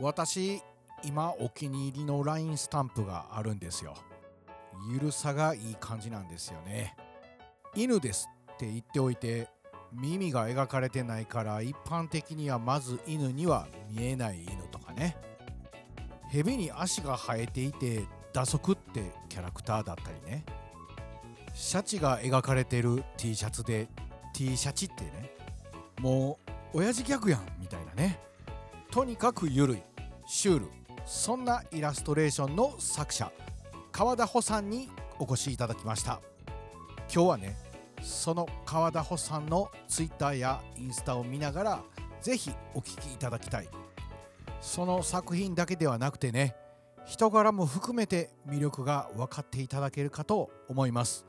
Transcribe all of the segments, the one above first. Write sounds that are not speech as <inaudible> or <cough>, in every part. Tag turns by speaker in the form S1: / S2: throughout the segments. S1: 私今お気に入りの LINE スタンプがあるんですよゆるさがいい感じなんですよね犬ですって言っておいて耳が描かれてないから一般的にはまず犬には見えない犬とかね蛇に足が生えていて打足ってキャラクターだったりねシャチが描かれてる T シャツで T シャチってねもう親父ギャグやんみたいなねとにかくゆるいシュールそんなイラストレーションの作者川田穂さんにお越しいただきました今日はねその川田穂さんのツイッターやインスタを見ながらぜひお聞きいただきたいその作品だけではなくてね人柄も含めて魅力が分かっていただけるかと思います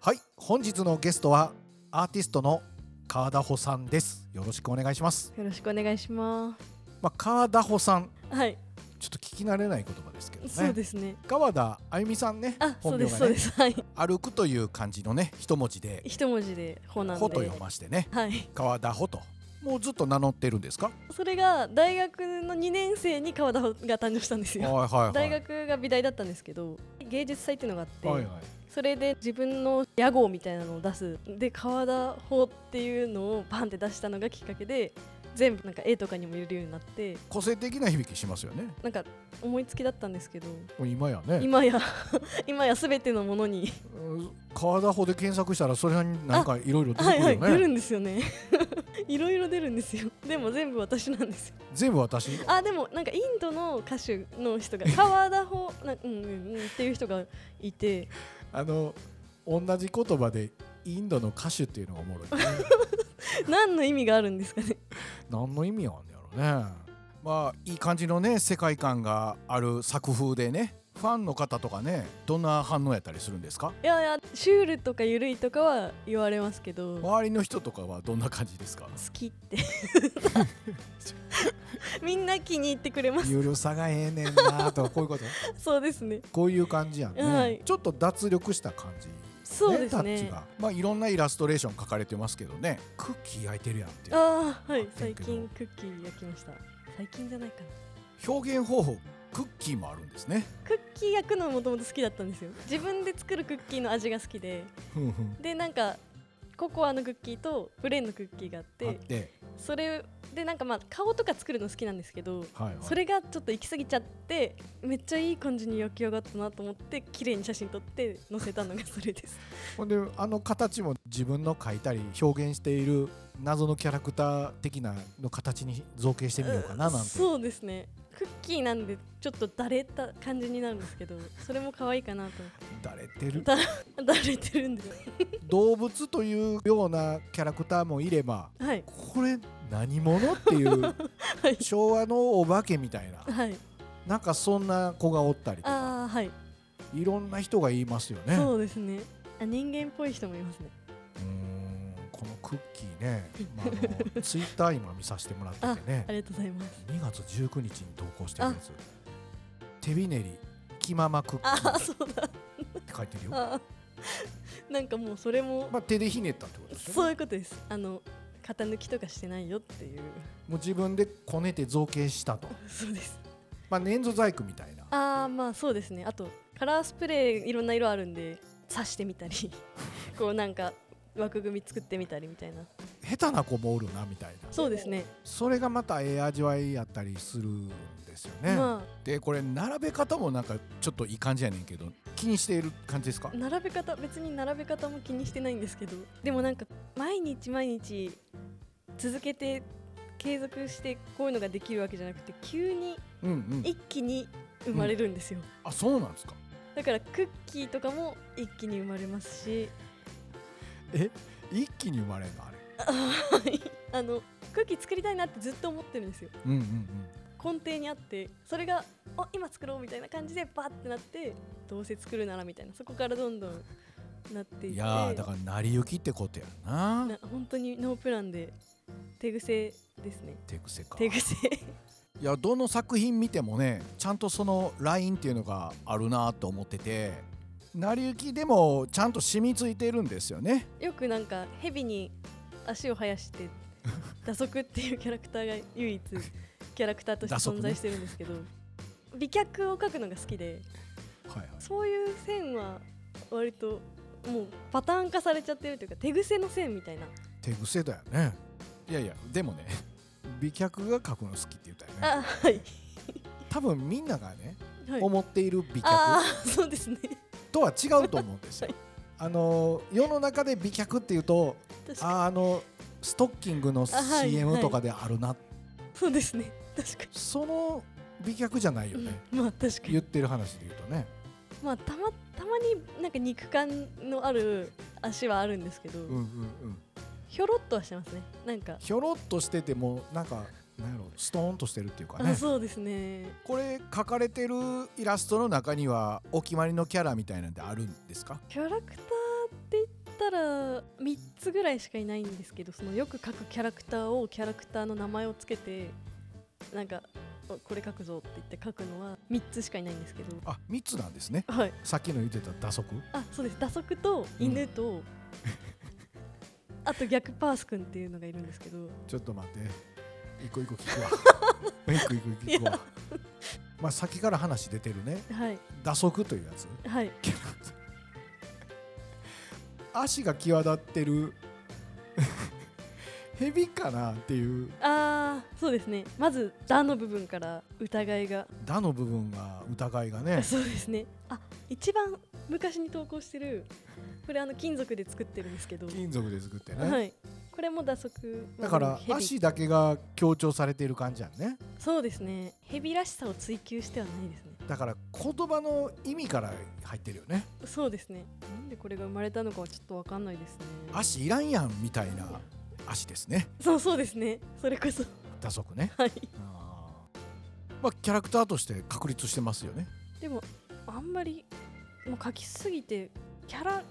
S1: はい本日のゲストはアーティストの川田穂さんですよろしくお願いします
S2: よろしくお願いします。
S1: まあ川田穂さん
S2: はい、
S1: ちょっと聞き慣れない言葉ですけど
S2: そう
S1: ね
S2: ですね。
S1: 川田あゆみさんね
S2: あ、そう
S1: 本
S2: で
S1: 名
S2: す、そ
S1: が
S2: う
S1: ね
S2: です。 <laughs> はい、
S1: 歩くという漢字のね一文字で
S2: 一文字でほなん
S1: ほと
S2: で
S1: 読。ましてね
S2: はい、
S1: 川田穂ともうずっと名乗ってるんですか
S2: それが大学の2年生に川田が誕生したんです
S1: はい
S2: よ。
S1: はいはい
S2: 大学が美大だったんですけど芸術祭っていうのがあって、
S1: はいはい
S2: それで自分の屋号みたいなのを出すで川田法っていうのをバンって出したのがきっかけで全部なんか絵とかにも入れるようになって
S1: 個性的な響きしますよね
S2: なんか思いつきだったんですけど
S1: これ今やね
S2: 今や <laughs> 今や全てのものに
S1: うん川田穂で検索したらそれになんかいろいろ出てく
S2: はい
S1: るよ
S2: は
S1: ね、
S2: い、出るんですよね <laughs> いろいろ出るんですよでも全部私なんですよ
S1: 全部私
S2: あでもなんかインドの歌手の
S1: <laughs>
S2: 人が川田ほなうんうんうんっていう人がいて
S1: あの同じ言葉でインドの歌手っていうのがおもろい、ね、
S2: 何の意味があるんですかね
S1: 何の意味があんねやろねまあいい感じのね世界観がある作風でねファンの方とかねどんな反応やったりするんですか
S2: いやいやシュールとかゆるいとかは言われますけど好
S1: 周りの人とかはどんな感じですか
S2: きって <laughs> みんな気に入ってくれます
S1: 有料さがええねんなとこういうこと
S2: そうですね
S1: <laughs> こういう感じやんね、
S2: はい
S1: ちょっと脱力した感じ
S2: そうです
S1: タッチ
S2: ね
S1: がまあいろんなイラストレーション書かれてますけどねクッキー焼いてるやんっていう
S2: ああはい
S1: だけ
S2: 最
S1: ど
S2: 近クッキー焼きました最近じゃないかな
S1: 表現方法クッキーもあるんですね
S2: クッキー焼くのもともと好きだったんですよ自分で作るクッキーの味が好きで
S1: ふんふん
S2: でなんかココアのクッキーとプレーンのクッキーがあっ
S1: あってて、
S2: それでなんかまあ顔とか作るの好きなんですけど
S1: はいはい、
S2: それがちょっと行き過ぎちゃってめっちゃいい感じに焼き上がったなと思って綺麗に写真撮って載せたのがそれです
S1: ほんであの形も自分の描いたり表現している謎のキャラクター的なの形に造形してみようかななんて
S2: そうですねクッキーなんでちょっとだれた感じになるんですけどそれも可愛いかなと思っ
S1: だれてる
S2: だ <laughs> てだれてるんです
S1: 動物というようなキャラクターもいれば
S2: はい
S1: これ何者っていう
S2: はい
S1: 昭和のお化けみた
S2: <laughs>
S1: いな
S2: はい
S1: なんかそんな子がおったりとか
S2: ああはい
S1: いろんな人が言いますよねう
S2: そうですね。あ人間っぽい人もいますね。
S1: ーんこのクッキーね、まあ、あのツイッター今見させてもらっててね
S2: ありがとうございます。
S1: 2月19日に投稿してるやつ手びねり気ままクッキ
S2: あ
S1: ー
S2: あそうだ。
S1: って書いてるよ
S2: あーなんかもうそれも、
S1: まあ、手でひねったってことですよ
S2: そう
S1: ね
S2: いうことです。あの型抜きとかしてないよっていう。
S1: もう自分でこねて造形したと、
S2: そうです。
S1: まあ、粘土細工みたいな
S2: ああまあそうですね。あとカラースプレーいろんな色あるんで刺してみ
S1: <laughs>
S2: たり、こうなんか枠組み作ってみたりみたいな。
S1: 下手な子もおるなみたいな
S2: そうですね。
S1: それがまたええ味わいやったりするんですよね、
S2: ま
S1: でこれ並べ方もなんかちょっといい感じやねんけど気にしている感じですか
S2: あ並べ方別に並べ方も気にしてないんですけど、でもなんか毎日毎日続けて。継続してこういうのができるわけじゃなくて急に
S1: うんうん
S2: 一気に生まれるんですよ、
S1: あそうなんですか
S2: だからクッキーとかも一気に生まれますし
S1: え一気に生まれるのあれ
S2: あのクッキー作りたいなってずっと思ってるんですよ
S1: うんうんうん
S2: 根底にあってそれがあ今作ろうみたいな感じでバッてなってどうせ作るならみたいなそこからどんどんなっていって
S1: いやーだから成り行きってことやな
S2: な本当にノープランで手癖ですね
S1: 手癖か
S2: 手癖 <laughs>
S1: いやどの作品見てもねちゃんとそのラインっていうのがあるなと思ってて成り行きでもちゃんと染みついてるんですよね
S2: よくなんか蛇に足を生やして打足っていうキャラクターが唯一キャラクターとして
S1: 打足ね
S2: 存在してるんですけど、美脚を描くのが好きで
S1: はいはい
S2: そういう線は割ともうパターン化されちゃってるというか手癖の線みたいな、
S1: 手癖だよねいやいやでもね <laughs> 美脚が描くの好きって言ったよね
S2: あはい、
S1: 多分みんながね
S2: はい、
S1: 思っている美
S2: あ
S1: 脚
S2: あそうですね
S1: とは違うと思うんです
S2: <laughs>
S1: よ
S2: は
S1: あの世の中で美脚っていうと
S2: 確か
S1: あーあのストッキングの
S2: あはい
S1: CM とかであるな、
S2: にそうですね確か
S1: その美脚じゃないよ
S2: に
S1: ね、、
S2: うんまあ確かに
S1: 言ってる話で言うとね
S2: まあたまたまになんか肉感のある足はあるんですけど、
S1: うんうんうん
S2: ひょろっとはしてますねなんか、
S1: ひょろっとしててもなんかなんやろストーンとしてるっていうか
S2: あ
S1: ね
S2: そうですね
S1: これ描かれてるイラストの中にはお決まりのキャラみたいなんてあるんですか
S2: キャラクターって言ったら3つぐらいしかいないんですけどそのよく書くキャラクターをキャラクターの名前をつけてなんかおこれ書くぞって言って書くのは3つしかいないんですけど
S1: あ三つなんですね
S2: はい
S1: さっきの言ってた打足
S2: あそうです打足と犬と、あと逆パース君っていうのがいるんですけど
S1: ちょっと待って一個一個聞くわ <laughs> 一個一個聞くわまあ先から話出てるね
S2: はい
S1: 打足というや <laughs> つ
S2: はい
S1: 足が際立ってる <laughs> ヘビかなっていう
S2: あーそうですねまず「だ」の部分から疑いが、
S1: 打の部分が疑いがね
S2: そうですねあ一番昔に投稿してるこれあの金属で作ってるんですけど
S1: 金属で作ってね、
S2: はい、これも打足
S1: だから
S2: ヘビ
S1: 足だけが強調されている感じやんね
S2: そうですね蛇らしさを追求してはないですね
S1: だから言葉の意味から入ってるよね
S2: そうですねなんでこれが生まれたのかはちょっとわかんないですね
S1: 足いらんやんみたいな足ですね
S2: そうそうですねそれこそ
S1: 打足ね
S2: はい
S1: あーまあキャラクターとして確立してますよね
S2: でもあんまりもう書きすぎてキャラ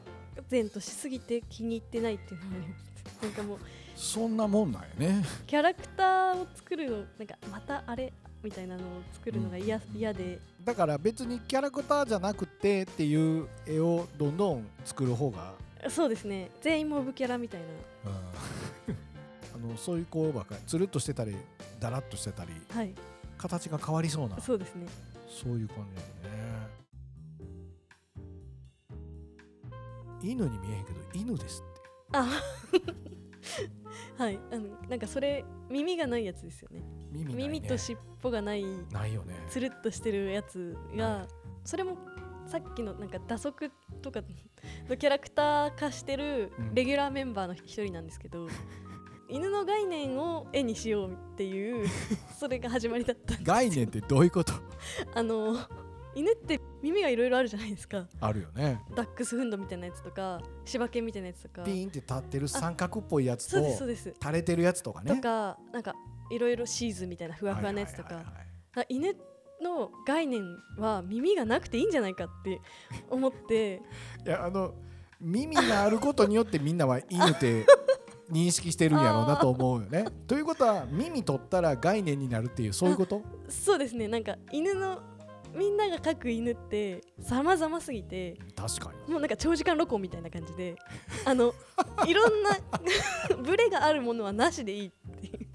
S2: 前としすぎて気に入ってないっていうのもありますなんかもう
S1: そんなもんなんやね
S2: キャラクターを作るのなんかまたあれみたいなのを作るのが嫌
S1: うん
S2: 嫌で
S1: だから別にキャラクターじゃなくてっていう絵をどんどん作る方が、
S2: そうですね全員モブキャラみたいな
S1: うん <laughs> あのそういう子ばっかりつるっとしてたりだらっとしてたり
S2: はい
S1: 形が変わりそうな
S2: そうですね
S1: そういう感じだよね犬に見えへんけど犬ですって
S2: <laughs> あはいあのなんかそれ耳がないやつですよね
S1: 耳ない、ね、
S2: 耳と尻尾がない
S1: ないよね
S2: つるっとしてるやつ
S1: な
S2: が
S1: い
S2: それもさっきのなんか打足とかのキャラクター化してる
S1: うん
S2: レギュラーメンバーの一人なんです
S1: <laughs>
S2: けど、犬の概念を絵にしようって
S1: <laughs>
S2: いうそれが始まりだったんです
S1: 概念ってどういうこと
S2: <laughs> あの犬って耳がいろいろあるじゃないですか
S1: あるよね
S2: ダックスフンドみたいなやつとか柴犬みたいなやつとか
S1: ピーンって立ってる三角っぽいやつ
S2: そうですそ
S1: と
S2: うです、
S1: 垂れてるやつとかね
S2: とかなんかいろいろシーズンみたいなふわふわのやつと
S1: はいはい
S2: か
S1: はいはい
S2: あ犬の概念は耳がなくていいんじゃないかって思って
S1: いやあの耳があることによってみんなは犬
S2: <laughs>
S1: って認識してるんやろうなと思うよね。ということは耳取ったら概念になるっていうそういうこと
S2: そうですねなんか犬のみんなが描く犬って様々すぎて
S1: 確かに。
S2: もうなんか長時間録音みたいな感じであのいろんな <laughs> ブレがあるものはなしでいいっていう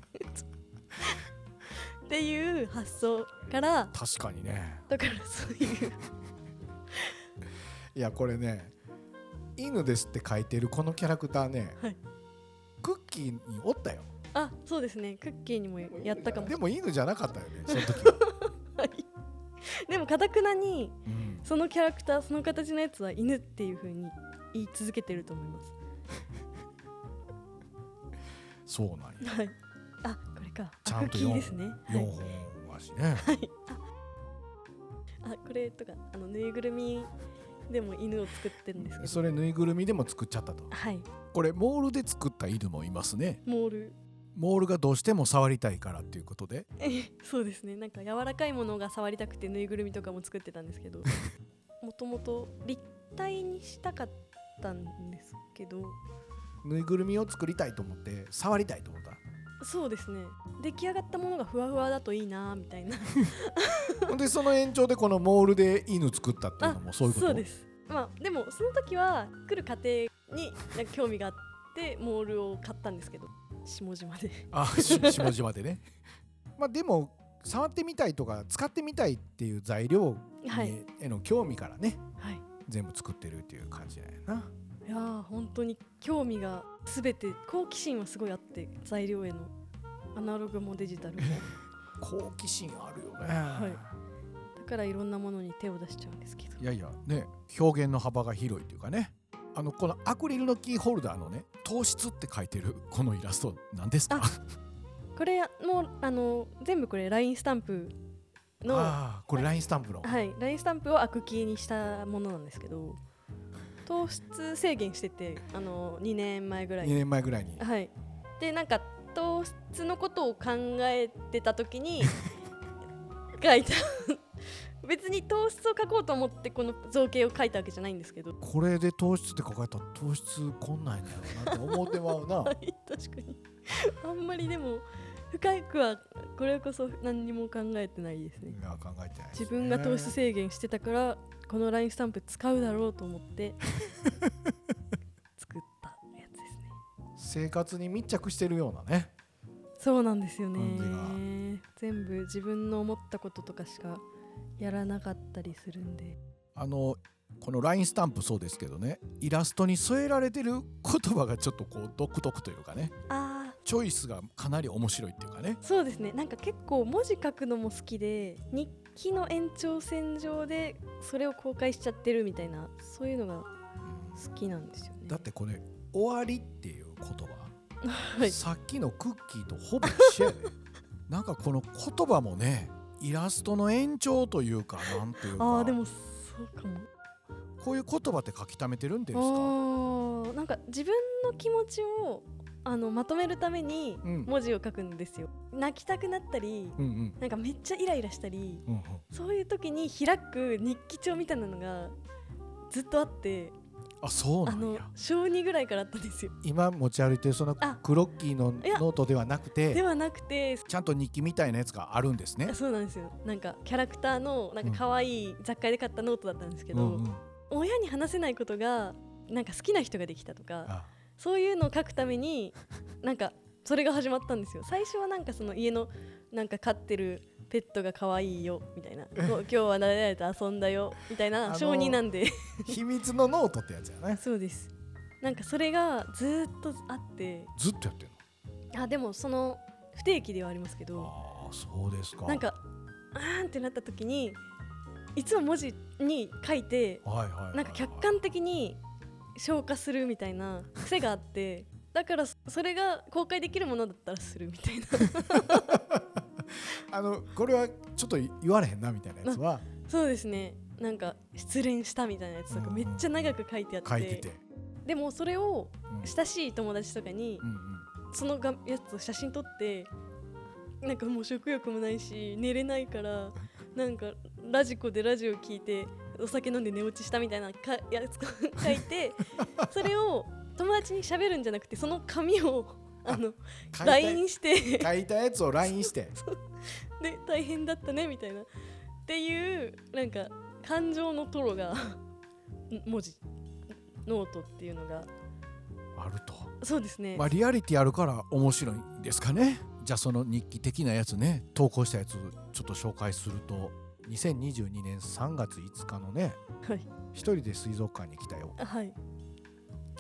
S2: っていう発想から
S1: 確かにね。
S2: だからそういう
S1: いやこれね「犬です」って書いてるこのキャラクターね、
S2: はい
S1: クッキーにおったよ。
S2: あそうですねクッキーにもやったかも
S1: でも犬じゃなかったよねその時は。
S2: <laughs> でもかたくなに
S1: うん
S2: そのキャラクターその形のやつは犬っていう風に言い続けてると思います
S1: そうなんや。
S2: はいあこれか
S1: ち
S2: あ
S1: ゃ
S2: ク
S1: ん
S2: ッ
S1: と
S2: キーですねは
S1: 4
S2: い、
S1: 本足ね。
S2: あこれとかあのぬいぐるみでも犬を作ってるんですけど
S1: それぬいぐるみでも作っちゃったと。
S2: はい
S1: これモールで作った犬もいますね。
S2: モール <laughs>
S1: モールがどうしても触りたいからっていうことで
S2: えそうですねなんか柔らかいものが触りたくてぬいぐるみとかも作ってたんで
S1: <laughs>
S2: すけどもともと立体にしたかったんですけど
S1: ぬいぐるみを作りたいと思って触りたいと思
S2: <laughs>
S1: っ
S2: そうですね出来上がったものがふわふわだといいなみたいな
S1: たほんでその延長でこのモールで犬作ったっていうのもそういうこと
S2: そうですまあでもその時は来る過程になんか興味があってモールを買ったんですけど下島で <laughs>
S1: あし下島でねまあでも触ってみたいとか使ってみたいっていう材料に
S2: はい、
S1: への興味からね
S2: はい、
S1: 全部作ってるっていう感じなんやない
S2: やー本当に興味が全て好奇心はすごいあって材料へのアナログもデジタ
S1: <laughs>
S2: ルも
S1: 好奇心あるよね、
S2: だからいろんなものに手を出しちゃうんですけど
S1: い、やいやね表現の幅が広いというかねあのこのアクリルのキーホルダーのね「糖質」って書いてるこのイラスト何ですか
S2: これもあの全部これ LINE スタンプのは
S1: ああこれラインスタンプの、
S2: い LINE スタンプをアクキーにしたものなんですけど糖質制限しててあの2年前ぐらい
S1: 2年前ぐらいに
S2: はい、でなんか糖質のことを考えてた時 <laughs> に書いた別に糖質を書こうと思ってこの造形を書いたわけじゃないんですけど
S1: これで糖質って書かれたら糖質こんなんやろなって思ってまうな
S2: <laughs> はい確かにあんまりでも深くはこれこそ何にも考えてないですね
S1: いや考えてないですね
S2: 自分が糖質制限してたからこの LINE スタンプ使うだろうと思って <laughs> 作ったやつですね
S1: 生活に密着してるようなね
S2: そうなんですよ
S1: 感じ
S2: ね全部自分の思ったこととかしかやらなかったりするんで
S1: あのこのラインスタンプそうですけどねイラストに添えられてる言葉がちょっとこう独特というかね
S2: ああ
S1: チョイスがかなり面白いっていうかね
S2: そうですねなんか結構文字書くのも好きで日記の延長線上でそれを公開しちゃってるみたいなそういうのが好きなんですよね
S1: だってこれ「終わり」っていう言葉、
S2: はい
S1: さっきのクッキーとほぼ一緒やで <laughs> なんかこの言葉もねイラストの延長というかなんていう
S2: あ
S1: か
S2: あーでもそうかも
S1: こういう言葉って書き溜めてるんです
S2: あ
S1: か
S2: ーなんか自分の気持ちをあのまとめるために
S1: うん
S2: 文字を書くんですよ、泣きたくなったり
S1: うんうん
S2: なんかめっちゃイライラしたり
S1: うんうん
S2: そういう時に開く日記帳みたいなのがずっとあって
S1: あそう
S2: あ
S1: なん
S2: の
S1: や
S2: 小2ぐらいからあったんですよ
S1: 今持ち歩いてるその
S2: あ
S1: クロッキーの
S2: いや
S1: ノートではなく
S2: で
S1: て
S2: はなくて
S1: ちゃんと日記みたいなやつがあるんですね
S2: あそうなんですよなんかキャラクターのなんか可愛い雑貨屋で買ったノートだったんですけど、
S1: うんうん
S2: 親に話せないことがなんか好きな人ができたとか
S1: あ
S2: そういうのを書くためになんかそれが始まったんですよ最初はなんかその家のなんか飼ってるペットが可愛いよみたいな今日は誰々と遊んだよみたい
S1: あ
S2: な
S1: の
S2: 小2なんで
S1: 秘密のノートってやつやね
S2: そうですなんかそれがずーっとあって
S1: ずっとやってる
S2: あでもその不定期ではありますけど
S1: のああそうですか
S2: なんかあーんってなった時にいつも文字に書いて
S1: はいはいはいはい
S2: なんか客観的に消化するみたいな癖があってだからそそれが公開できるものだったらするみたいな
S1: <laughs> あのこれはちょっと言われへんなみたいなやつは
S2: そうですねなんか失恋したみたいなやつとかめっちゃ長く書いてあって
S1: 書いてて、
S2: でもそれを
S1: うん
S2: 親しい友達とかに
S1: うん
S2: そのがやつを写真撮ってなんかもう食欲もないし寝れないからなんかラジコでラジオ聞いてお酒飲んで寝落ちしたみたいなかやつ <laughs> 書いてそれを友達に喋るんじゃなくてその紙をあの
S1: 書いた
S2: LINE して
S1: 書いたやつを LINE して
S2: で大変だったねみたいなっていうなんか感情のトロが文字ノートっていうのが
S1: あると、
S2: そうですね
S1: まあ、リアリティあるから面白いんですかねじゃあその日記的なやつね投稿したやつちょっと紹介すると2022年3月5日のね
S2: はい
S1: 一人で水族館に来たよ
S2: あはい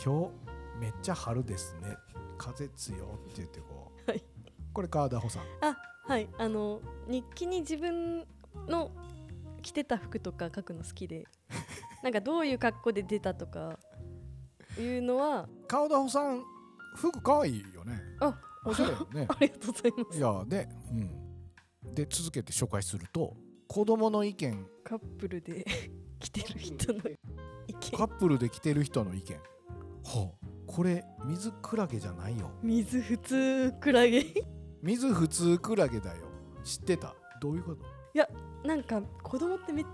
S1: 今日めっちゃ春ですね風強って言ってこう、
S2: はい
S1: これ川田穂さん
S2: あはいあの日記に自分の着てた服とか書くの好き
S1: <laughs>
S2: でなんかどういう格好で出たとかいうのは
S1: 川田穂さん服可愛いよね
S2: あ
S1: おしゃれよね
S2: <laughs> ありがとうございま
S1: い
S2: す
S1: やで、うん、で続けて紹介すると子供の意見
S2: カップルで <laughs> 着てる人の意
S1: カッ
S2: 見
S1: プルで来てる人の意見ほうこれ水クラゲじゃないよ
S2: 水普通クラゲ
S1: 水普通クラゲだよ知ってたどういうこと
S2: なんか子供ってめっ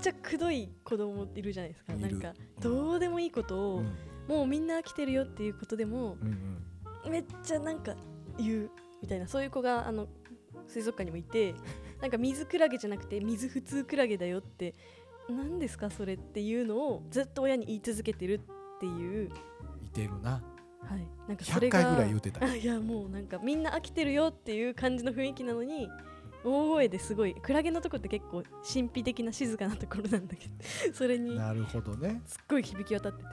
S2: ちゃくどい子供いるじゃないですか
S1: いる
S2: なんか
S1: うん
S2: どうでもいいことを、
S1: うん
S2: もうみんな来てるよっていうことでも
S1: うんうん
S2: めっちゃなんか言うみたいなそういう子があの
S1: <laughs>
S2: 水族館にもいてなんか水クラゲじゃなくて水普通クラゲだよって何ですかそれっていうのをずっと親に言い続けてるっていう、
S1: 似てるな
S2: はい、なんかそれ
S1: 100
S2: が
S1: 回ぐらい言うてた
S2: <laughs> いやもうなんかみんな飽きてるよっていう感じの雰囲気なのに大声ですごいクラゲのとこって結構神秘的な静かなところなんだけどそれに
S1: なるほどね
S2: すっごい響き渡ってて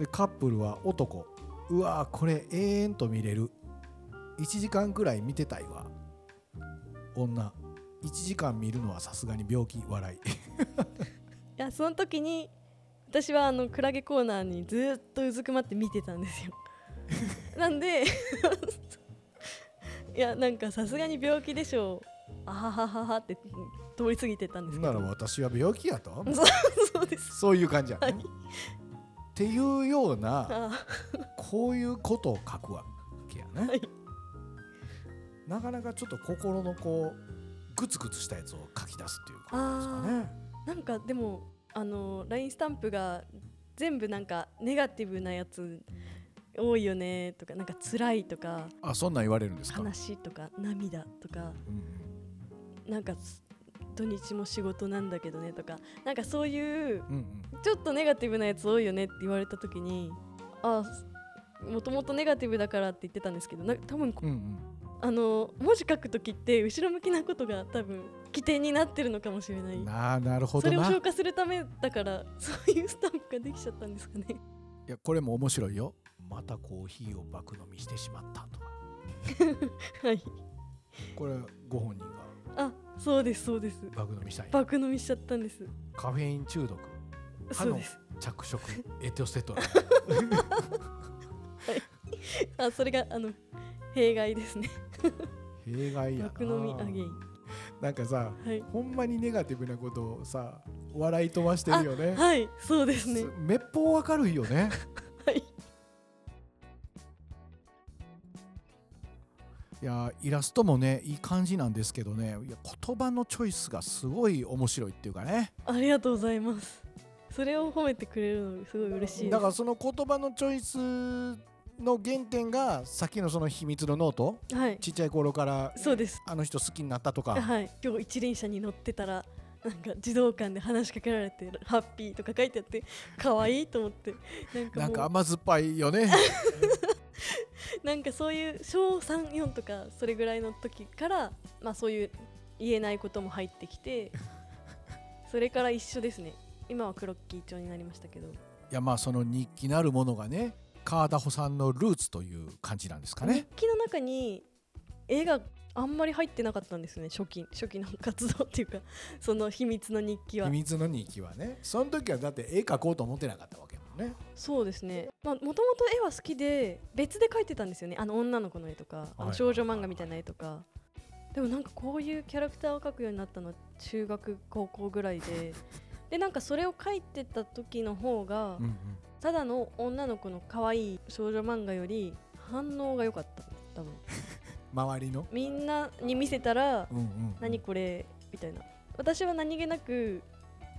S1: でカップルは男うわーこれ永遠と見れる1時間くらい見てたいわ女1時間見るのはさすがに病気笑い
S2: いやその時に私はあのクラゲコーナーにずっとうずくまって見てたん
S1: <laughs>
S2: ですよなんでいやなんかさすがに病気でしょうあははははって通り過ぎてったんですけ
S1: な
S2: ど
S1: ら私は病気やと
S2: そうです
S1: そういう感じやね、
S2: はい
S1: っていうような
S2: あ
S1: こういうことを書くわけやね、
S2: はい
S1: なかなかちょっと心のこうグツグツしたやつを書き出すっていう
S2: あ
S1: ことですかね
S2: なんかでもあの LINE スタンプが全部なんかネガティブなやつ多いよねとかなんか辛いとか
S1: あそんなん言われるんですか、
S2: 悲しいとか涙とか
S1: うん
S2: なんかす土日も仕事なんだけどねとかなんかそういう
S1: うんうん
S2: ちょっとネガティブなやつ多いよねって言われた時にあもともとネガティブだからって言ってたんですけどな多分こ
S1: うんうん
S2: あの文字書く時って後ろ向きなことが多分起点になってるのかもしれない。
S1: なあなるほ
S2: そ
S1: ど
S2: れを
S1: な
S2: 消化するためだからそういうスタンプができちゃったんですかね
S1: いやこれも面白いよまたコーヒーを爆飲みしてしまったとか
S2: はい
S1: これご本人が
S2: あそうですそうです
S1: 爆飲みしたい
S2: 爆飲みしちゃったんです
S1: カフェイン中毒歯
S2: そう
S1: の
S2: です
S1: 着色エトセト
S2: <laughs>
S1: ラ
S2: あそれがあの弊害ですね
S1: 弊害やな
S2: 爆飲みアゲイン
S1: なんかさ
S2: はい
S1: ほんまにネガティブなことをさ笑い飛ばしてるよね
S2: はいそうですね
S1: すめっぽう明るいよね
S2: はい
S1: いやイラストもねいい感じなんですけどねいや言葉のチョイスがすごい面白いっていうかね
S2: ありがとうございますそれを褒めてくれるのすごい嬉しいです
S1: だからその言葉のチョイスの原点がさっきのその秘密のノート
S2: はい
S1: ちっちゃい頃から
S2: そうです
S1: あの人好きになったとか、
S2: はい今日一輪車に乗ってたらなんか児童館で話しかけられてハッピーとか書いてあって可愛いと思ってなんかも
S1: な
S2: うん
S1: か甘酸っぱいよね
S2: なんかそういう小34とかそれぐらいの時から、まあ、そういう言えないことも入ってき
S1: <laughs>
S2: てそれから一緒ですね今はクロッキー帳になりましたけど
S1: いやまあその日記なるものがね川田穂さんのルーツという感じなんですか
S2: 日
S1: ね。
S2: 記の中に絵があんまり入ってなかったんですね初期初期の活動っていうか <laughs> その秘密の日記
S1: 秘
S2: は
S1: 密の日記はねその時はだって絵描こうと思ってなかったわけもんね。
S2: そうですねもともと絵は好きで別で描いてたんですよねあの女の子の絵とか、あの
S1: はい
S2: 少女漫画みたいな絵とかでもなんかこういうキャラクターを描くようになったのは中学高校ぐらいででなんかそれを描いてた時の方が、
S1: うんうん
S2: ただの女の子の可愛い少女漫画より反応が良かった多分
S1: 周りの、
S2: みんなに見せたら
S1: うんうん
S2: 何これみたいな私は何気なく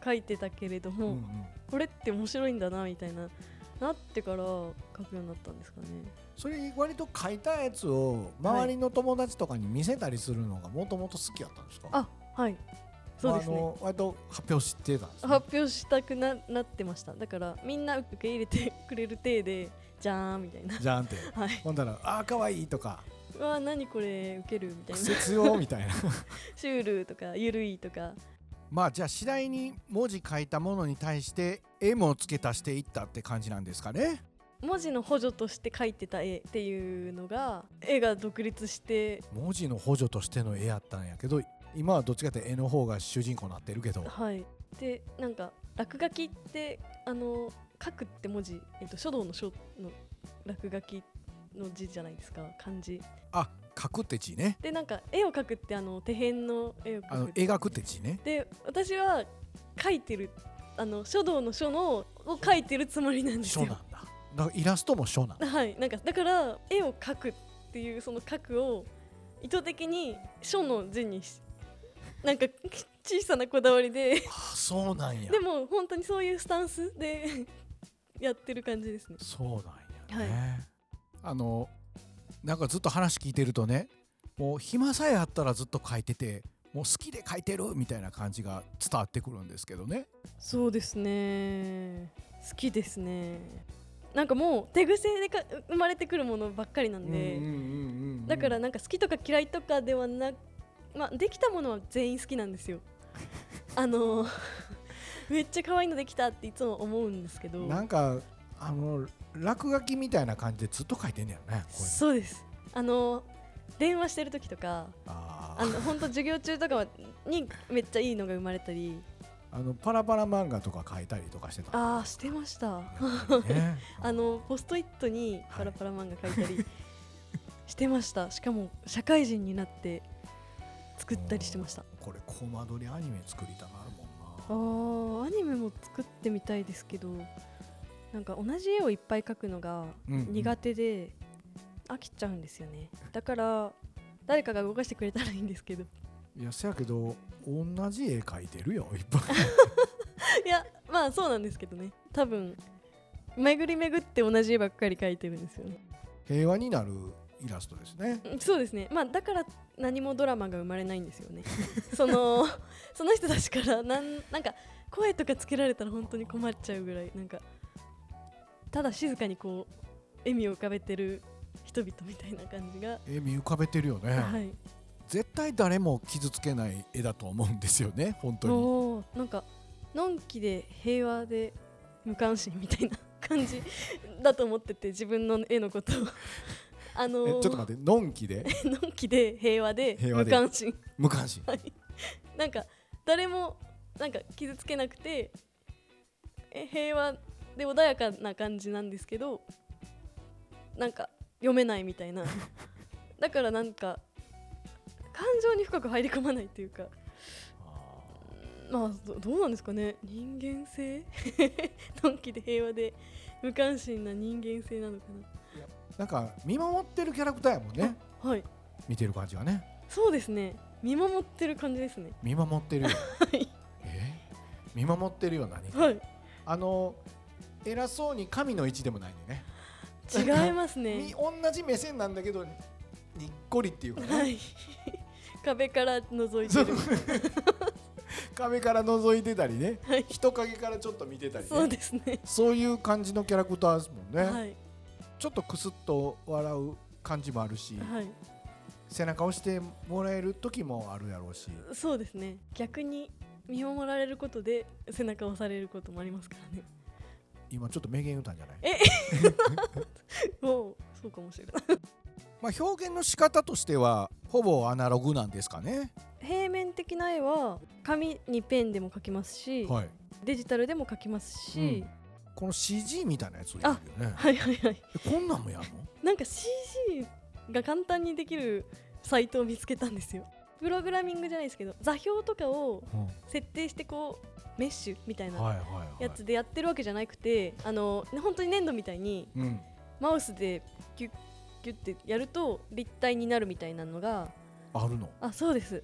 S2: 書いてたけれども、
S1: うんうん
S2: これって面白いんだなみたいななってから書くようになったんですかね
S1: それ割と描いたやつを周りの友達とかに見せたりするのがもともと好きやったんですか、
S2: あはいそうです
S1: まああ
S2: ね
S1: の割と発表してたんです、ね、
S2: 発表したくななってましただからみんな受け入れてくれる体でじゃーんみたいな <laughs>
S1: じゃんって
S2: はい
S1: ほんだら「あーかわいい」とか
S2: うわ何これ受けるみ
S1: 「
S2: たいな
S1: 癖強」みたいな
S2: シュールとかゆるいとか
S1: まあじゃあ次第に文字書いたものに対して絵も付け足していったって感じなんですかね
S2: 文字の補助として書いてた絵っていうのが絵が独立して
S1: 文字の補助としての絵やったんやけど今はどっちかって絵の方が主人公になってるけど
S2: はい、でなんか落書きってあの書くって文字、えっと、書道の書の落書きの字じゃないですか漢字
S1: あ書くって字ね
S2: でなんか絵を描くってあの手辺の絵を
S1: あ
S2: 描
S1: の
S2: く
S1: 描くって字ね
S2: で私は書いてるあの書道の書のを書いてるつもりなんです
S1: 書
S2: よ
S1: なんだだからイラストも書なんだ
S2: はいなんかだから絵を描くっていうその描くを意図的に書の字にしなんか小さなこだわりで
S1: あーそうなんや
S2: でも本当にそういうスタンスで <laughs> やってる感じですね。
S1: そうなんやね、あのなんかずっと話聞いてるとねもう暇さえあったらずっと書いててもう好きで描いてるみたいな感じが伝わってくるんですけどね
S2: そうですね好きですねなんかもう手癖でか生まれてくるものばっかりなんで、
S1: うんうんうんうんうん
S2: だからなんか好きとか嫌いとかではなく、まあ、できたものは全員好きなん <laughs> ですよあの <laughs> めっちゃ可愛いのできたっていつも思うんですけど
S1: なんかあの落書きみたいな感じでずっと書いてんねやねこれ
S2: そうですあの電話してる時とか
S1: あ
S2: あ
S1: ー
S2: の本当授業中とかはにめっちゃいいのが生まれたり
S1: あのパラパラ漫画とか書いたりとかしてた
S2: ああしてました
S1: やっぱりね
S2: あのポストイットにパラパラ漫画書いたりしてま <laughs> した、しかも社会人になって作ったりしてました
S1: これコマ撮りアニメ作りたなる
S2: あ
S1: もんな
S2: ーアニメも作ってみたいですけどなんか同じ絵をいっぱい描くのが
S1: うんうん
S2: 苦手で飽きちゃうんですよねだから誰かが動かしてくれたらいいんですけど
S1: いやせやけど同じ絵描いてるよ <laughs> いっぱい
S2: <laughs> いやまあそうなんですけどね多分巡り巡って同じ絵ばっかり描いてるんですよね
S1: 平和になるイラストですね
S2: うんそうですねまあだから何もドラマが生まれないんですよね <laughs> その <laughs> その人たちからなんなんか声とかつけられたら本当に困っちゃうぐらいなんかただ静かにこう笑みを浮かべてる人々みたいな感じが、
S1: 絵見浮かべてるよね、
S2: はい
S1: 絶対誰も傷つけない絵だと思うんですよね本当に
S2: おーなんかのんきで平和で無関心みたいな
S1: <laughs>
S2: 感じだと思ってて自分の絵のことをあの
S1: え
S2: ー
S1: ちょっと待ってのんきで
S2: のんきで平和で
S1: 平和
S2: 無
S1: で
S2: 関心
S1: 無関
S2: <laughs>
S1: 心
S2: なんか誰もなんか傷つけなくてえ平和で穏やかな感じなんですけどなんか読めないみたい <laughs> なだからなんか感情に深く入り込まないというかまあどどうなんですかね人間性 <laughs> のんきで平和で無関心な人間性なのか
S1: なんか見守ってるキャラクターやもんね
S2: なはい
S1: 見てる感じがね
S2: そうですね見守ってる感じですね
S1: 見守ってるよ
S2: い
S1: え見守ってるよ何か
S2: はい
S1: あの偉そうに神の位置でもないんでね
S2: 違いますね
S1: み同じ目線なんだけどにっこりっていうかね
S2: はい。 <laughs> 壁から覗い
S1: そ
S2: て
S1: う <laughs>
S2: る。
S1: 壁から覗いてたりね、
S2: はい
S1: 人影からちょっと見てたり、ね、
S2: そうですね。
S1: そういう感じのキャラクターですもんね、
S2: はい。
S1: ちょっとクスッと笑う感じもあるし、
S2: はい。
S1: 背中押してもらえる時もあるやろうし
S2: そうですね。逆に見守られることで背中を押されることもありますから
S1: <laughs>
S2: ね。
S1: 今ちょっと名言言ったんじゃない
S2: えおうそうかもしれない。
S1: まあ、表現の仕方としてはほぼアナログなんですかね
S2: 平面的な絵は紙にペンでも描きますし、
S1: はい
S2: デジタルでも描きます
S1: う
S2: し、
S1: んこの CG みたいなやつやるよね
S2: はいはいはい。
S1: えこんなんもやるの
S2: なんか CG が簡単にできるサイトを見つけたんですよ。プログラミングじゃないですけど座標とかを設定してこうメッシュみたいな
S1: はいはいはい
S2: やつでやってるわけじゃなくてあの本当に粘土みたいに
S1: うん
S2: マウスでキュッキュッてやると立体になるみたいなのが
S1: あるの
S2: あそうです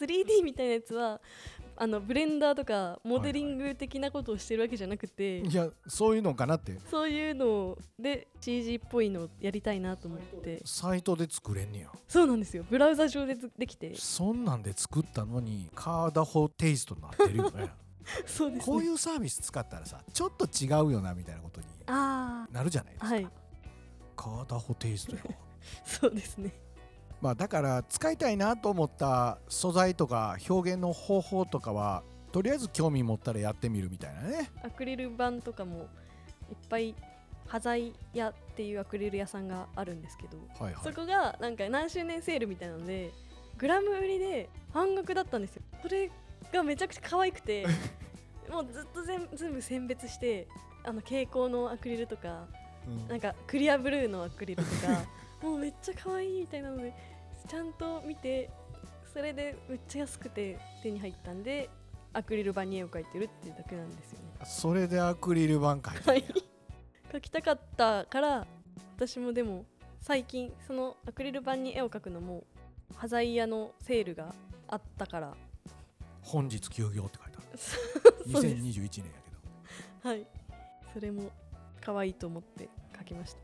S2: 3D みたいなやつはあのブレンダーとかモデリング的なことをしてるわけじゃなくて、
S1: いやそういうのかなって
S2: そういうので CG っぽいのをやりたいなと思って
S1: サイトで作れんねや
S2: そうなんですよブラウザ上でできて
S1: そんなんで作ったのにカーダホテイストになってるよね
S2: <laughs> そうです、ね、
S1: こういうサービス使ったらさちょっと違うよなみたいなことに
S2: あ
S1: なるじゃないです
S2: あ
S1: か、
S2: はい
S1: カーダホテイストよ
S2: そうですね
S1: まあだから使いたいなと思った素材とか表現の方法とかはとりあえず興味持ったらやってみるみたいなね
S2: アクリル板とかもいっぱい端材屋っていうアクリル屋さんがあるんですけど、
S1: はいは
S2: そ
S1: い
S2: こがなんか何周年セールみたいなのでグラム売りで半額だったんですよそれがめちゃくちゃ可愛くてもうずっと全全部選別してあの蛍光のアクリルとか
S1: うん
S2: なんかクリアブルーのアクリルとかもうめっちゃ可愛いみたいなのでちゃんと見てそれでめっちゃ安くて手に入ったんでアクリル板に絵を描いてるっていうだけなんですよね
S1: それでアクリル板描いてるんや
S2: 描きたかったから私もでも最近そのアクリル板に絵を描くのも端材屋のセールがあったから
S1: 本日休業って書いてあ
S2: <laughs> そう
S1: る
S2: です
S1: 2021年やけど
S2: はいそれも可愛いと思って描きました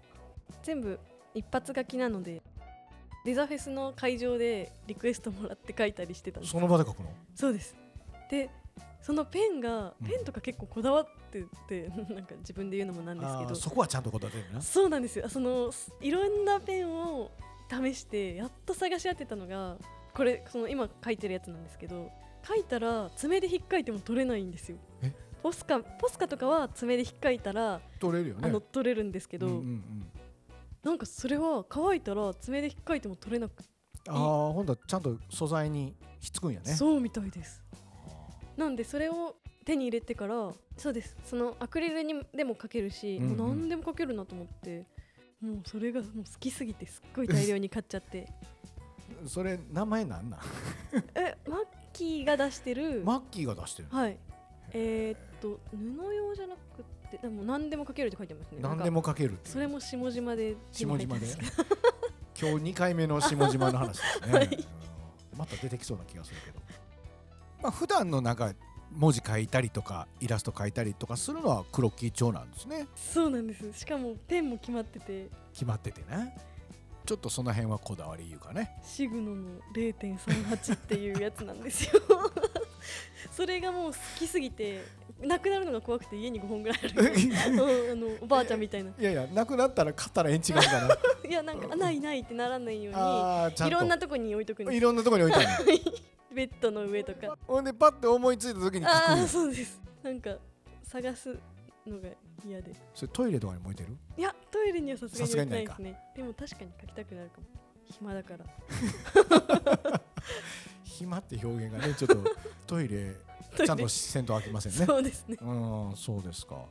S2: 全部一発描きなのでデザフェスの会場でリクエストもらって書いたりしてたんです
S1: その場で書くの
S2: そうですでそのペンが
S1: うん
S2: ペンとか結構こだわってて、 <laughs> なんか自分で言うのもなんですけ
S1: あー
S2: ど
S1: そこはちゃんと答えてるな
S2: そうなんですよそのすいろんなペンを試してやっと探し当てたのがこれその今書いてるやつなんですけど書いたら爪で引っかいても取れないんですよ
S1: え
S2: ポスカポスカとかは爪で引っかいたら、
S1: 取れるよ
S2: あの取れるんですけど、
S1: うんうんうん
S2: なんかそれは乾いたら爪で引っかいても取れなくて、
S1: ああほんだちゃんと素材にひっつくんやね
S2: そうみたいです
S1: あ
S2: なんでそれを手に入れてからそうですそのアクリルにでも描けるし、
S1: うんうん
S2: もう何でも描けるなと思ってもうそれがもう好きすぎてすっごい大量に買っちゃって
S1: ーそれ名前なんなん
S2: えマッキーが出してる、
S1: マッキーが出してるの
S2: はいえーっと布用じゃなくてでも何でも描けるって書いてますね
S1: 何で
S2: も
S1: も書けるっていう
S2: それも下島で手
S1: 下
S2: に入って
S1: 島
S2: ま
S1: です <laughs> 今日2回目の下島の話ですね、
S2: <laughs> は
S1: う
S2: い
S1: んまた出てきそうな気がするけどまあ普段のなんか文字書いたりとかイラスト書いたりとかするのは黒木町なんですね
S2: <laughs> そうなんですしかもペンも決まってて
S1: 決まっててねちょっとその辺はこだわりいうかね
S2: シグノの0.38っていうやつなんですよ <laughs> それがもう好きすぎてなくなるのが怖くて家に5本ぐらいあるうんあのおばあちゃんみたいない
S1: やいやなくなったら買ったらえん違うか
S2: <laughs>
S1: な
S2: やなんかあないないってならないよう
S1: あーちゃ
S2: に
S1: ん
S2: い
S1: と
S2: ろんなとこに置いとくんで
S1: い
S2: す
S1: ろんなところに置いたの
S2: ベッドの上と <laughs> か
S1: ほんでパッて思いついた時に
S2: ああ
S1: 聞く
S2: そうですなんか探すのが嫌で
S1: それトイレとかにも置いてる
S2: いやトイレにはさすがに置いてないで
S1: さす
S2: すねでも確かに書きたくなるかも暇だから
S1: 暇って表現がねちょっとトイレ
S2: <laughs> トイレ
S1: ちゃんとせんとあきませんね
S2: そうですね
S1: うんそうですか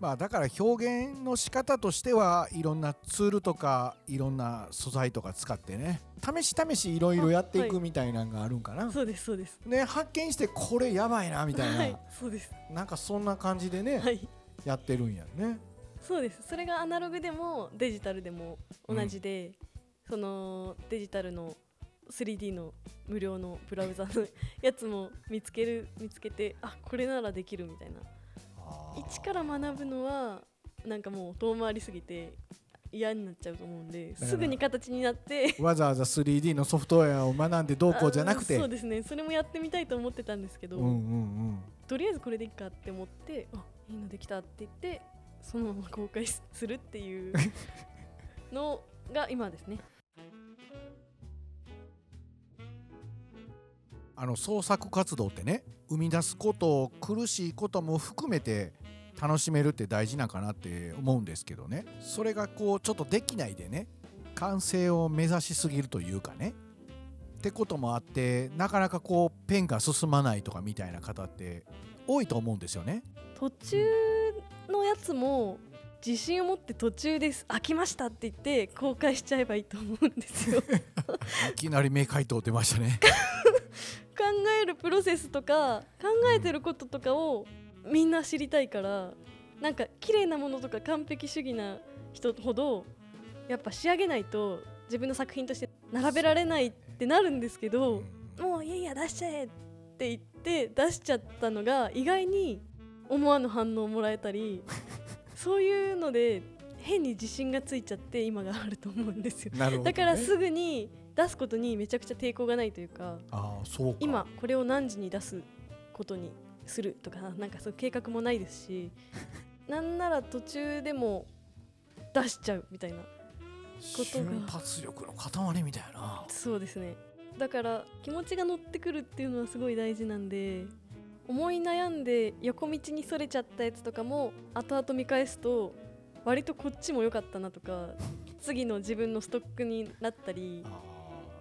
S1: まあだから表現の仕方としてはいろんなツールとかいろんな素材とか使ってね試し試しいろいろやってい
S2: あは
S1: くみたいなのがあるんかな、
S2: そうですそうです
S1: ね発見してこれやばいなみたいな、
S2: はいそうです
S1: なんかそんな感じでね、
S2: はい
S1: やってるんやね
S2: そうですそれがアナログでもデジタルでも同じで、そのデジタルの 3D の無料のブラウザのやつも見つける見つけてあこれならできるみたいな
S1: あー
S2: 一から学ぶのはなんかもう遠回りすぎて嫌になっちゃうと思うんで
S1: から
S2: すぐに形になって
S1: わざわざ 3D のソフトウェアを学んでどうこうじゃなくて
S2: あそうですねそれもやってみたいと思ってたんですけど、
S1: うんうんうん
S2: とりあえずこれでいいかって思ってあいいのできたって言ってそのまま公開するっ
S1: <laughs>
S2: ていうのが今ですね
S1: あの創作活動ってね生み出すことを苦しいことも含めて楽しめるって大事なんかなって思うんですけどねそれがこうちょっとできないでね完成を目指しすぎるというかねってこともあってなかなかこうペンが進まないとかみたいな方って多いと思うんですよね。
S2: 途中のやつも自信を持って途中です飽きましたって言って公開しちゃえばいいと思うんですよ考
S1: いきなり名回答出ましたね。
S2: えるプロセスとか考えてることとかをみんな知りたいからなんか綺麗なものとか完璧主義な人ほどやっぱ仕上げないと自分の作品として並べられないってなるんですけど、もういやいや出しちゃえって言って出しちゃったのが意外に思わぬ反応をもらえたりそういうので変に自信がついちゃって今があると思うんですよ
S1: なるほどね、
S2: だからすぐに出すことにめちゃくちゃ抵抗がないというか
S1: ああそうか
S2: 今これを何時に出すことにするとかなんかそういう計画もないですしなんなら途中でも出しちゃうみたいなことが
S1: 瞬発力の塊みたいな。
S2: そうですねだから気持ちが乗ってくるっていうのはすごい大事なんで思い悩んで横道にそれちゃったやつとかも後々見返すと割とこっちも良かったなとか次の自分のストックになったり
S1: あ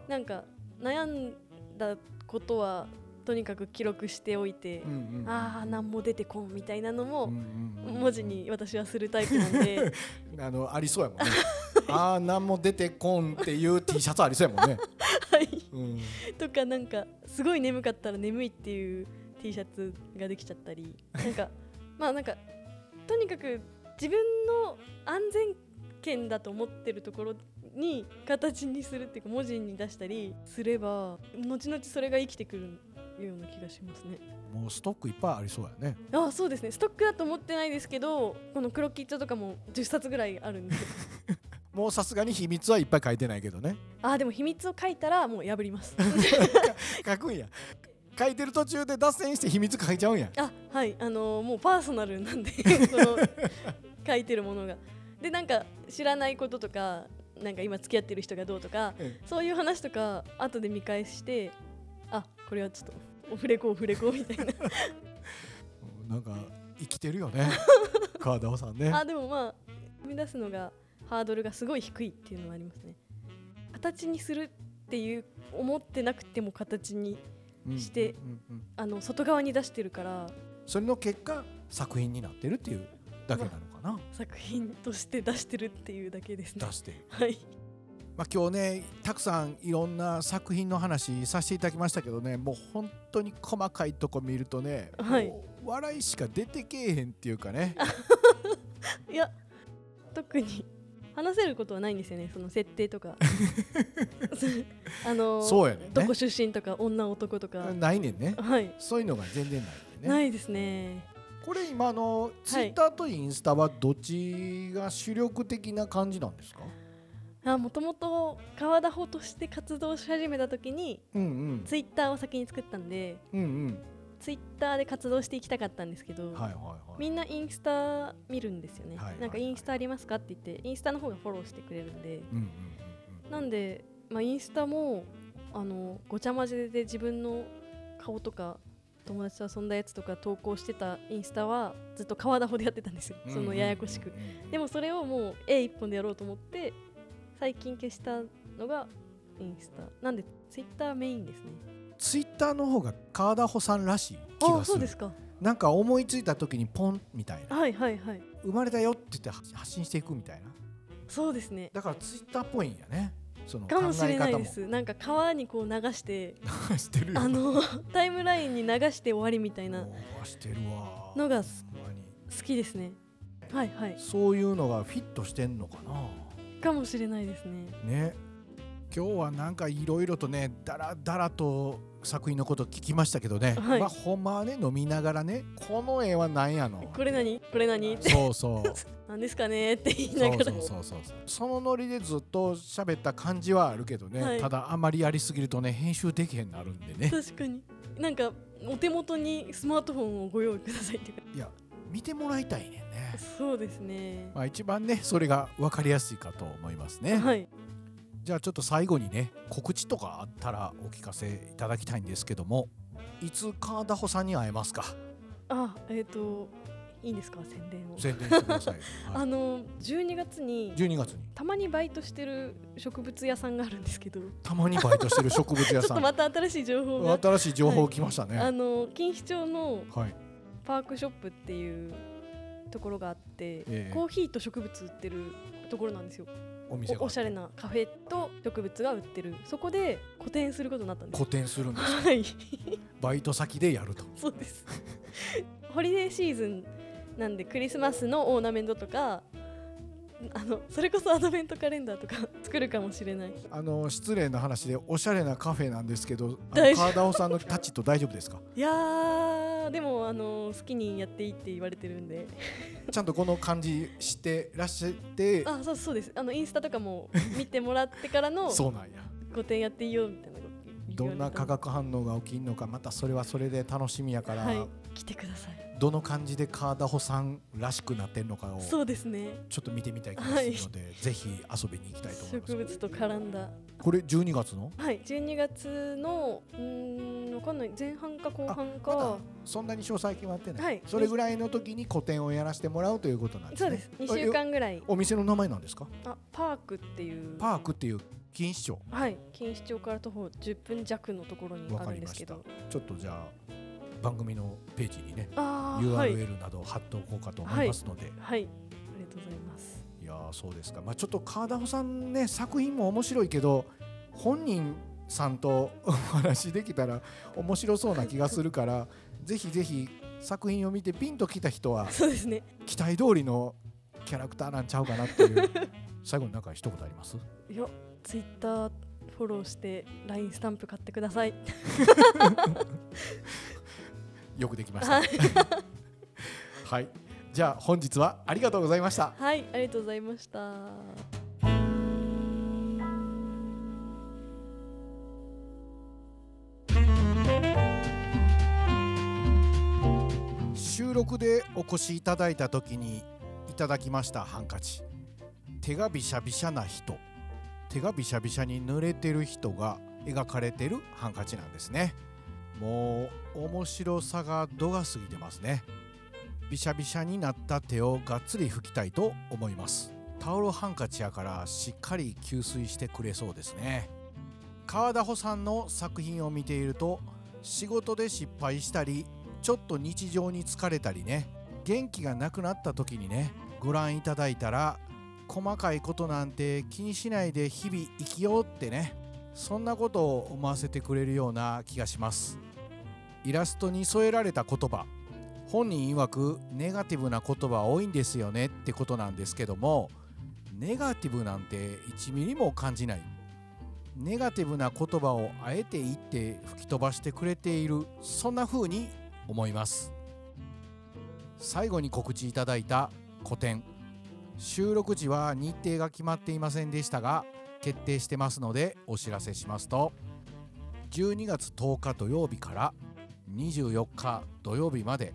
S1: ー
S2: なんか悩んだことはとにかく記録しておいて、
S1: うんうんうん
S2: ああ何も出てこんみたいなの
S1: う
S2: も
S1: んうんうんうん
S2: 文字に私はするタイプなん
S1: <laughs>
S2: で
S1: あのありそうやもんね。 <laughs> ああ何も出てこんっていう T シャツありそうやもんね。
S2: はい
S1: うん、
S2: とかなんかすごい眠かったら眠いっていう T シャツができちゃったりなんか <laughs> まあなんかとにかく自分の安全圏だと思ってるところに形にするっていうか文字に出したりすれば後々それが生きてくるような気がしますね
S1: もうストックいっぱいありそうやね。
S2: あそうですねストックだと思ってないですけどこのクロッキー帳とかも10冊ぐらいあるんで
S1: もうさすがに秘密はいっぱい書いてないけどね
S2: あーでも秘密を書いたらもう破ります
S1: 書くんや書いてる途中で脱線して秘密書いちゃ
S2: <laughs>
S1: うんや
S2: あはいあのーもうパーソナルなんでその書いてるものがでなんか知らないこととかなんか今付き合ってる人がどうとか
S1: うん
S2: そういう話とか後で見返してあこれはちょっとオフレコオフレコみたいな
S1: なんか生きてるよ
S2: <laughs>
S1: ね川田さんね
S2: あでもまあ生み出すのがハードルがすごい低いっていうのはありますね形にするっていう思ってなくても形に
S1: うん
S2: して
S1: うんうん
S2: あの外側に出してるから
S1: それの結果作品になってるっていうだけなのかな、
S2: 作品として出してるっていうだけですね
S1: 出して
S2: はい
S1: まあ、今日ねたくさんいろんな作品の話させていただきましたけどねもう本当に細かいとこ見るとね、
S2: はい
S1: もう笑いしか出てけえへんっていうかね
S2: いや特に話せることはないんですよねその設定
S1: <laughs>
S2: とかあの
S1: そうやねん
S2: ど
S1: ね
S2: こ出身とか女男とか、
S1: ないねんね
S2: はい
S1: そういうのが全然ないんでね
S2: ないですね
S1: これ今あのツイッターとインスタはどっちが主力的な感じなんですか、
S2: あもともと川田穂として活動し始めた時に
S1: うんうん
S2: ツイッターを先に作ったんで
S1: うん
S2: ツイッターで活動していきたかったんですけど、
S1: うんはいはいは
S2: み
S1: い
S2: んなインスタ見るんですよね、
S1: はいはい
S2: なんかインスタありますかって言ってインスタの方がフォローしてくれるんで
S1: うんうん
S2: なんで、まあ、インスタもあのごちゃ混ぜで自分の顔とか友達と遊んだやつとか投稿してたインスタはずっと川田穂でやってたんですよ、
S1: うん
S2: そのややこしく、
S1: うんうんうん
S2: でもそれをもう絵一本でやろうと思って最近消したのがインスタなんでツイッターメインですね
S1: ツイッターの方が川田穂さんらしい気
S2: あ
S1: が
S2: あ
S1: す
S2: そう
S1: る
S2: ですか
S1: なんか思いついた時にポンみたいな
S2: はいはいはい
S1: 生まれたよって言って発発信していくみたいな
S2: そうですね
S1: だからツイッターっぽいんやねその考
S2: かもし
S1: え
S2: れない
S1: 方 <laughs>
S2: で
S1: も
S2: すなんか川にこう流して
S1: してるよ
S2: あの <laughs> タイムラインに流して終わりみたいな好
S1: おーしてるわ
S2: のが
S1: ほんまに
S2: きですねはいはい
S1: そういうのがフィットしてんのかな
S2: かもしれないですね
S1: ね今日はなんかいろいろとねだらだらと作品のこと聞きましたけどね、
S2: はい
S1: まあほんまはね飲みながらねこの絵は何やの
S2: これ何これ何って
S1: そうそう
S2: 何ですかねって言い
S1: そ
S2: な
S1: う
S2: が
S1: そう
S2: ら
S1: そうそうそうそのノリでずっと喋った感じはあるけどね、
S2: はい
S1: ただあまりやりすぎるとね編集できへんなるんでね
S2: 確かになんかお手元にスマートフォンをご用意くださいっていうか
S1: いや見てもらいたいねんね、
S2: そうですね
S1: まあ、一番ねそれが分かりやすいかと思いますね、
S2: はい
S1: じゃあちょっと最後にね告知とかあったらお聞かせいただきたいんですけどもいつ川田穂さんに会えますか
S2: あえっ、といいんですか宣伝を
S1: 宣伝してくださ
S2: <laughs>
S1: い、は
S2: あ
S1: い、
S2: の12月に
S1: 12月に
S2: たまにバイトしてる植物屋さんがあるんですけどち
S1: たまにバイトしてる植物
S2: ょ <laughs>
S1: 屋
S2: っと
S1: さん
S2: また新しい情報が
S1: 新しい情報来ましたね、は
S2: あ
S1: い
S2: の錦糸町のパークショップっていうところがあって、
S1: ええ
S2: コーヒーと植物売ってるところなんですよ
S1: お店
S2: お
S1: が
S2: おしゃれなカフェと植物が売ってるそこで個展することになったんです
S1: 個展するんです
S2: はい
S1: バイト先でやると
S2: そうですホリデーシーズンなんでクリスマスのオーナメントとかあのそれこそアドベントカレンダーとか作るかもしれない
S1: あの失礼な話でおしゃれなカフェなんですけどあの
S2: 大丈夫
S1: 川田穂さんのタッチと大丈夫ですか
S2: いやーでもあの好きにやっていいって言われてるんで
S1: ちゃんとこの感じしてらっしゃって
S2: あそうそうですあのインスタとかも見てもらってからの
S1: そうなんや
S2: 個展やっていいよみたいなこと
S1: どんな化学反応が起きるのかまたそれはそれで楽しみやから、
S2: はい来てください
S1: どの感じで川田穂さんらしくなってんのかを
S2: そうですね
S1: ちょっと見てみたい気がするので、ぜひ遊びに行きたいと思います
S2: 植物と絡んだ
S1: これ12月の
S2: はい12月のうーんわかんない前半か後半
S1: まだ
S2: か
S1: そんなに詳細決まってない、
S2: はい
S1: それぐらいの時に個展をやらせてもらうということなんです
S2: そう
S1: ね
S2: です2週
S1: あえ
S2: 間ぐらい
S1: お店の名前なんですか
S2: あパークっていう
S1: パークっていう錦糸町
S2: はい錦糸町から徒歩10分弱のところに
S1: わ
S2: あ
S1: か
S2: る
S1: り
S2: んで
S1: ます
S2: け
S1: した
S2: ど
S1: ちょっとじゃあ番組のページにね
S2: ああはい
S1: URL などを貼っておこうかと思いますので、
S2: はいありがとうございます <laughs>
S1: いやーそうですか、まあ、ちょっと川田穂さんね作品も面白いけど本人さんと <laughs> お話できたら面白そうな気がするからぜひぜひ作品を見てピンときた人は
S2: そうですね
S1: 期待通りのキャラクターなんちゃうかなっていう
S2: <laughs>
S1: 最後に何か一言あります
S2: いやツイッターフォローして LINE スタンプ買ってください
S1: よくできました <laughs>
S2: はい
S1: はいじゃあ本日はありがとうございました
S2: はいありがとうございました
S1: 収録でお越しいただいた時にいただきましたハンカチ手がびしゃびしゃな人手がびしゃびしゃに濡れてる人が描かれてるハンカチなんですねもう面白さが度が過ぎてますねびしゃびしゃになった手をがっつり拭きたいと思いますタオルハンカチやからしっかり吸水してくれそうですね川田穂さんの作品を見ていると仕事で失敗したりちょっと日常に疲れたりね元気がなくなった時にねご覧いただいたら細かいことなんて気にしないで日々生きようってねそんなことを思わせてくれるような気がしますイラストに添えられた言葉本人曰くネガティブな言葉多いんですよねってことなんですけどもネガティブなんて1ミリも感じないネガティブな言葉をあえて言って吹き飛ばしてくれているそんな風に思います最後に告知いただいた個展収録時は日程が決まっていませんでしたが決定してますのでお知らせしますと12月10日土曜日から24日土曜日まで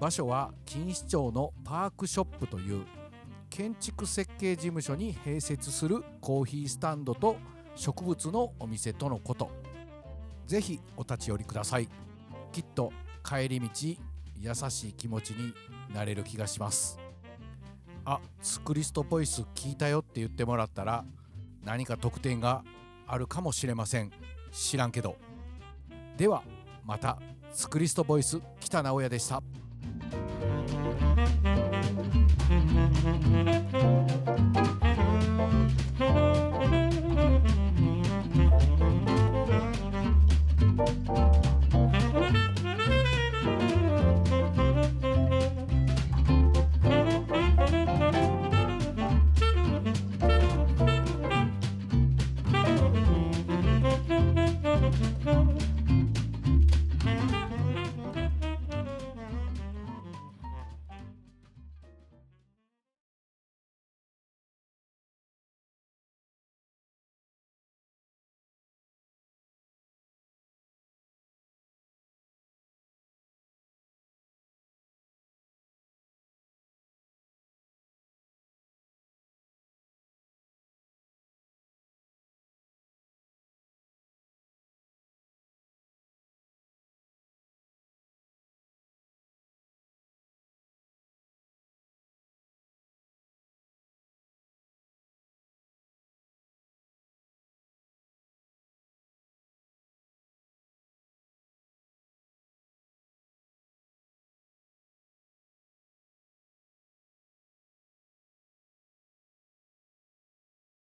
S1: 場所は錦糸町のパークショップという建築設計事務所に併設するコーヒースタンドと植物のお店とのことぜひお立ち寄りくださいきっと帰り道優しい気持ちになれる気がしますあスクリストボイス聞いたよって言ってもらったら何か特典があるかもしれません知らんけどではまたスクリストボイス北直哉でした